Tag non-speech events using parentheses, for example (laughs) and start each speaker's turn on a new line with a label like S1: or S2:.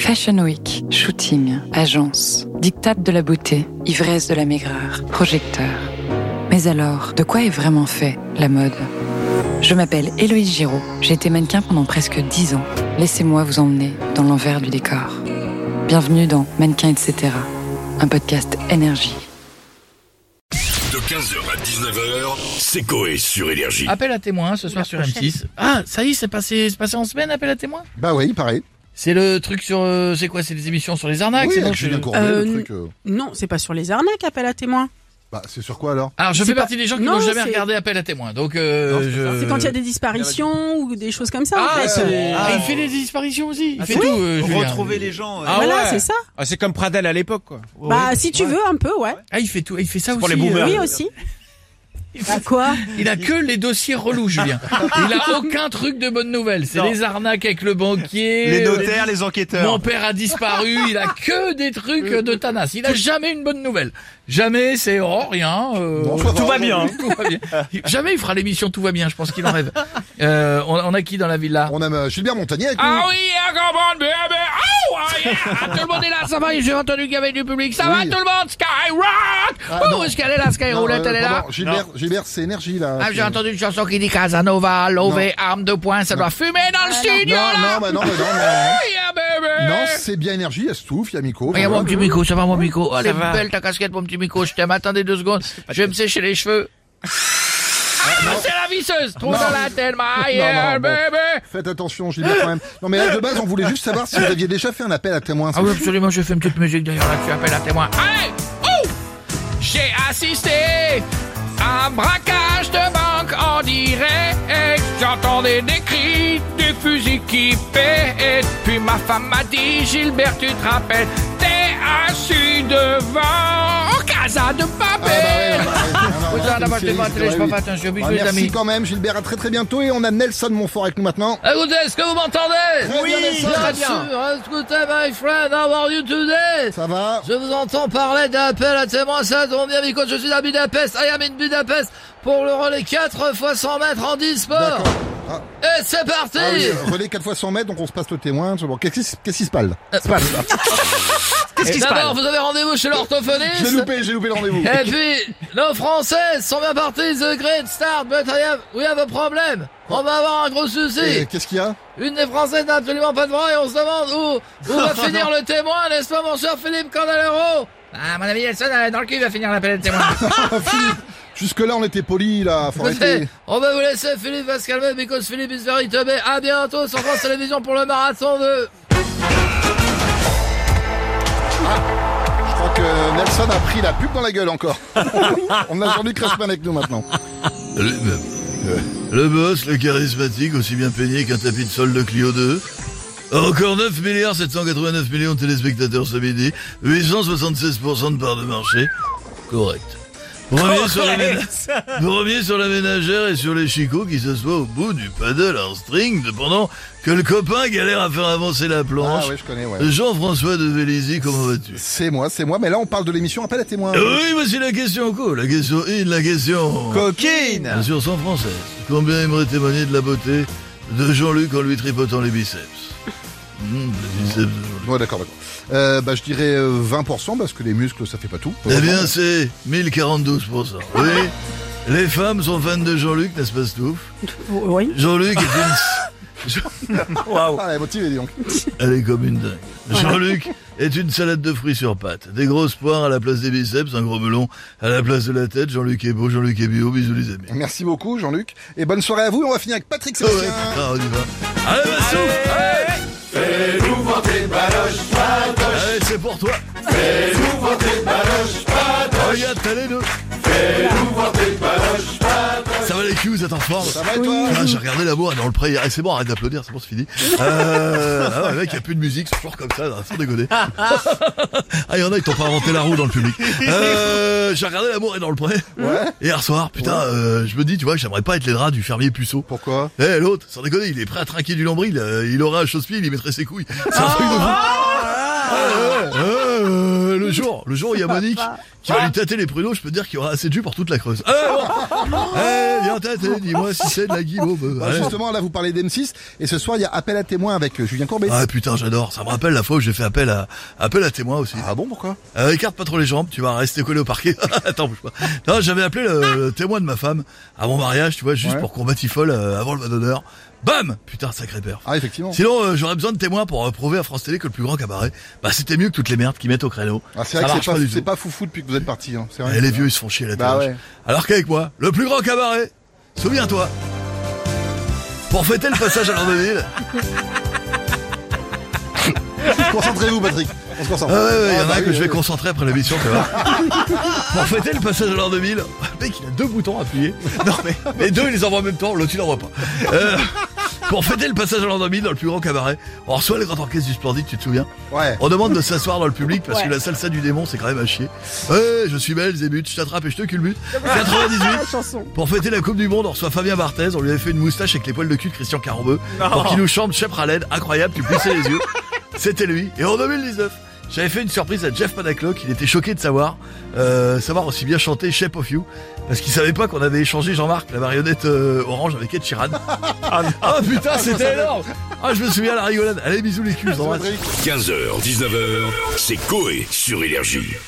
S1: Fashion Week, shooting, agence, dictate de la beauté, ivresse de la maigreur, projecteur. Mais alors, de quoi est vraiment fait la mode Je m'appelle Héloïse Giraud, j'ai été mannequin pendant presque 10 ans. Laissez-moi vous emmener dans l'envers du décor. Bienvenue dans Mannequin etc., un podcast énergie.
S2: De 15h à 19h, c'est Coé sur Énergie.
S3: Appel à témoins ce soir sur M6. Ah, ça y est, c'est passé, c'est passé en semaine, appel à témoins
S4: Bah oui, pareil.
S3: C'est le truc sur. euh, c'est quoi C'est les émissions sur les arnaques
S4: Oui,
S3: c'est
S4: avec
S3: bon,
S4: Julien
S3: je-
S4: Courbet,
S5: Euh,
S4: le truc. euh,
S5: Non, c'est pas sur les arnaques, appel à témoins.
S4: Bah, c'est sur quoi alors
S3: Alors, je
S5: C'est
S3: fais
S5: pas-
S3: partie des gens qui
S5: Non,
S3: n'ont jamais
S5: c'est-
S3: regardé appel à témoins. Donc, euh,
S4: Non, c'est
S3: je-
S5: C'est quand il y a des disparitions ou des choses comme ça. en
S3: Ah,
S5: fait.
S3: c'est- ah,
S6: Ah,
S3: il
S6: ouais.
S3: fait les disparitions aussi. Il
S6: Ah,
S3: fait
S6: c'est-
S3: tout, euh, Julien.
S6: retrouver les gens. euh,
S3: Ah
S5: voilà,
S3: ouais.
S5: c'est ça.
S6: Ah, c'est comme Pradel à l'époque, quoi.
S5: bah, si tu veux, un peu, ouais.
S3: Ah, il fait tout. Il fait ça aussi.
S6: pour les boomers.
S3: euh,
S5: Oui, aussi. À quoi
S3: Il a que les dossiers relous, Julien. Il a aucun truc de bonne nouvelle. C'est
S6: Non.
S3: les arnaques avec le banquier.
S6: Les
S3: euh,
S6: notaires, les enquêteurs.
S3: Mon père a disparu, il a que des trucs de Tanas. Il a jamais une bonne nouvelle. Jamais, c'est oh, rien. euh,
S4: Bon,
S3: on-
S4: ça va, aujourd'hui.
S3: Tout va bien. Jamais il fera l'émission Tout va bien, je pense qu'il en rêve. Euh, on, on a qui dans la ville là
S4: On a euh, Gilbert Montagnier avec
S3: Ah
S4: nous.
S3: oui, un grand monde, bébé. Oh, ah, yeah. Tout le monde est là, ça va, j'ai entendu qu'il y avait du public. Ça
S4: Oui.
S3: va tout le monde, Skyrock
S4: Ah,
S3: Oh,
S4: non.
S3: est-ce qu'elle est là,
S4: Non,
S3: Skyroulette,
S4: euh,
S3: elle est là
S4: pardon, Gilbert, Gilbert, c'est énergie là.
S3: ah, j'ai
S4: C'est-
S3: entendu une chanson qui dit Casanova, lové, arme de poing, ça doit fumer dans le studio,
S4: Non,
S3: là!
S4: non, bah non, bah
S3: (laughs)
S4: non, non.
S3: Oh, yeah, bébé!
S4: Non, c'est bien énergie, il y a Stouff, il y a Miko.
S3: Regarde mon
S4: voilà.
S3: petit Miko, ça va mon Miko Elle est
S6: va.
S3: belle ta casquette mon petit Miko, je t'aime, attendez deux secondes, je vais me sécher les cheveux. Ah, c'est la visseuse Trop
S4: Non.
S3: dans la tête, my
S4: Non, non,
S3: yeah,
S4: bon.
S3: baby
S4: Faites attention, Gilbert quand même. Non mais là, de base, on voulait juste savoir si vous aviez déjà fait un appel à témoins.
S3: Ah oui, absolument, je fais une petite musique d'ailleurs là-dessus, appelle un témoin. Allez Ouh J'ai assisté à un braquage de banque en direct. J'entendais des cris, des fusils qui pètent. Puis ma femme m'a dit, Gilbert, tu te rappelles, t'es assis devant en casa de
S4: Ah,
S3: (laughs)
S4: bah, ouais,
S3: papel.
S4: ouais, ouais, ouais, ouais,
S3: Regarde,
S4: ouais,
S3: moi,
S4: c'est
S3: je t'ai pas
S4: une
S3: appelé, je
S4: série,
S3: peux
S4: oui.
S3: pas, attention, bisous,
S4: Bah,
S3: les
S4: Merci
S3: amis.
S4: quand même, Gilbert, à très très bientôt et on a Nelson Montfort avec nous maintenant.
S3: Écoutez, est-ce que vous m'entendez
S4: Très bien, Nelson.
S3: Bien sûr, écoutez, my friend, how are you today
S4: Ça va
S3: Je vous entends parler d'appel à témoins, ça tombe bien, Vico, je suis à Budapest, I am in Budapest, pour le relais 4 fois 100 mètres en 10 sports.
S4: D'accord. Ah,
S3: Et c'est parti
S4: ah oui, euh, relais 4 fois 100 mètres, donc on se passe le témoin. Je- bon, Qu'est-ce qui se- qu'est-ce qui se passe Se passe, là.
S6: Qu'est-ce qui se
S3: D'abord,
S6: passe
S3: vous avez rendez-vous chez
S4: J'ai
S3: l'orthophoniste.
S4: loupé, j'ai loupé le rendez-vous.
S3: Et puis, nos Français sont bien partis, the great start, but I have, we have a problem. On va avoir un gros souci.
S4: Et Qu'est-ce qu'il y a
S3: Une des Françaises n'a absolument pas de bras et on se demande où, où va finir le témoin, n'est-ce pas, mon cher Philippe Candelero Ah, à mon ami, Nelson, euh, dans le cul, va finir l'appel de témoin.
S4: Philippe, jusque-là, on était poli, là. Faut
S3: Écoutez,
S4: arrêter.
S3: on va vous laisser, ben Philippe va se calmer, because Philippe is very teubé. À bientôt sur France Télévisions pour le marathon de...
S4: Je crois que Nelson a pris la pub dans la gueule (laughs) encore. on a aujourd'hui Crashman avec nous maintenant.
S7: Le, le boss, le charismatique, aussi bien peigné qu'un tapis de sol de Clio 2. Encore 9 milliards 789 millions de téléspectateurs ce midi, 876% de part de marché. Correct. Premier, Sur la ména-
S6: (laughs)
S7: premier sur la ménagère et sur les chicots qui s'assoient au bout du paddle en string pendant que le copain galère à faire avancer la planche.
S4: Ah ouais, je connais, ouais.
S7: Jean-François de Vélizy, comment vas-tu
S4: C'est moi, c'est moi, mais là, on parle de l'émission Appel à témoins.
S7: Oui, voici la question co, la question in, la question...
S6: Coquine
S7: Bien sûr, sans française. Combien aimerait témoigner de la beauté de Jean-Luc en lui tripotant les biceps
S4: (laughs)
S7: Mmh, les biceps de Jean-Luc.
S4: Ouais, d'accord, d'accord. Euh, bah, je dirais euh, 20% parce que les muscles, ça fait pas tout.
S7: Eh bien, c'est 1042%. Oui, les femmes sont fans de Jean-Luc, n'est-ce pas, Stouff
S5: Oui.
S7: Jean-Luc est une...
S4: (laughs)
S6: Waouh
S4: Ah, elle est motivée, dis donc.
S7: Elle est comme une dingue. Jean-Luc est une salade de fruits sur pâte. Des grosses poires à la place des biceps, un gros melon à la place de la tête. Jean-Luc est beau, Jean-Luc est bio. Bisous, les amis.
S4: Merci beaucoup, Jean-Luc. Et bonne soirée à vous. Et on va finir avec Patrick
S7: Ah ouais.
S4: Sébastien.
S7: Ah, on y va. Allez, vas Allez, c'est pour toi. Regarde, t'as les deux. Ça va les cues, vous êtes en forme
S4: Ça va et toi
S7: Ah, j'ai regardé la boîte dans le pré hier. Eh, c'est bon, arrête d'applaudir, c'est bon, c'est fini. Euh, ah ouais, mec, il a plus de musique, c'est toujours comme ça, là, sans déconner. ah, il y en a, ils t'ont pas inventé la roue dans le public. Euh, j'ai regardé l'amour est dans le pré.
S4: Ouais.
S7: Et hier soir, putain, euh, je me dis, tu vois, j'aimerais pas être les draps du fermier puceau.
S4: Pourquoi
S7: Eh, l'autre, sans déconner, il est prêt à trinquer du lombril.
S4: Ah.
S7: euh, il aura un chausse-pied, il y mettrait ses couilles. C'est un truc de fou. Ouais, ouais, ouais, ouais, euh, le jour, le jour où il y a Monique qui va lui tâter les pruneaux, je peux te dire qu'il y aura assez de jus pour toute la Creuse. Eh, bon. Eh, viens tâter, dis-moi si c'est de la guimauve.
S4: Ah. Bah,
S7: Allez.
S4: justement, là, vous parlez d'M6, et ce soir, il y a appel à témoins avec euh, Julien Courbet.
S7: Ah putain, j'adore. Ça me rappelle la fois où j'ai fait appel à appel à témoins aussi.
S4: Ah bon, pourquoi
S7: Euh, écarte pas trop les jambes, tu vas rester collé au parquet. (laughs) Attends, bouge pas. Non, j'avais appelé le, le témoin de ma femme à mon mariage, tu vois, juste
S4: Ouais.
S7: pour qu'on batifole euh, avant le vin d'honneur. Bam Putain, sacré père.
S4: Ah, effectivement.
S7: Sinon, euh, j'aurais besoin de témoins pour euh, prouver à France Télé que le plus grand cabaret, bah c'était mieux que toutes les merdes qu'ils mettent au créneau.
S4: Ah, c'est
S7: Ça
S4: vrai que
S7: marche
S4: c'est pas,
S7: du
S4: c'est
S7: tout.
S4: pas foufou depuis que vous êtes parti. Hein. C'est vrai.
S7: Eh, les vieux, ils se font chier à la
S4: Bah
S7: télé.
S4: ouais.
S7: Alors qu'avec moi, le plus grand cabaret, souviens-toi, pour fêter le passage à
S4: (laughs)
S7: l'an 2000,
S4: Concentrez-vous, Patrick. On se concentre.
S7: Ah ouais, ouais, il y en a
S4: bah
S7: un que
S4: oui,
S7: je vais
S4: oui.
S7: concentrer après l'émission,
S4: (laughs)
S7: tu vois. Pour fêter le passage à l'heure 2000, le mec il a deux boutons à appuyer. Non mais les deux il les envoie en même temps, l'autre il envoie pas. Euh, pour fêter le passage à l'heure 2000 dans le plus grand cabaret, on reçoit le grand orchestre du Splendide, tu te souviens
S4: Ouais.
S7: Eh. On demande de s'asseoir dans le public parce que
S5: Ouais.
S7: la salsa du démon c'est quand même à chier. Ouais, je suis belle, Zébut, je t'attrape et je te culbute. 98,
S5: La chanson.
S7: pour fêter la Coupe du Monde, on reçoit Fabien Barthez. On lui avait fait une moustache avec les poils de cul de Christian Carambeu. Pour qu'il nous chante Chef Raled. Incroyable, tu plissais les yeux. C'était lui. Et en 2019, j'avais fait une surprise à Jeff Panaclock. Il était choqué de savoir, euh, savoir aussi bien chanter Shape of You. Parce qu'il savait pas qu'on avait échangé Jean-Marc, la marionnette euh, orange avec Ed Sheeran. Ah, ah, putain, c'était énorme. Ah, je me souviens la rigolade. Allez, bisous les culs. je vous embrasse.
S2: 15h, 19h, c'est Coé sur Énergie.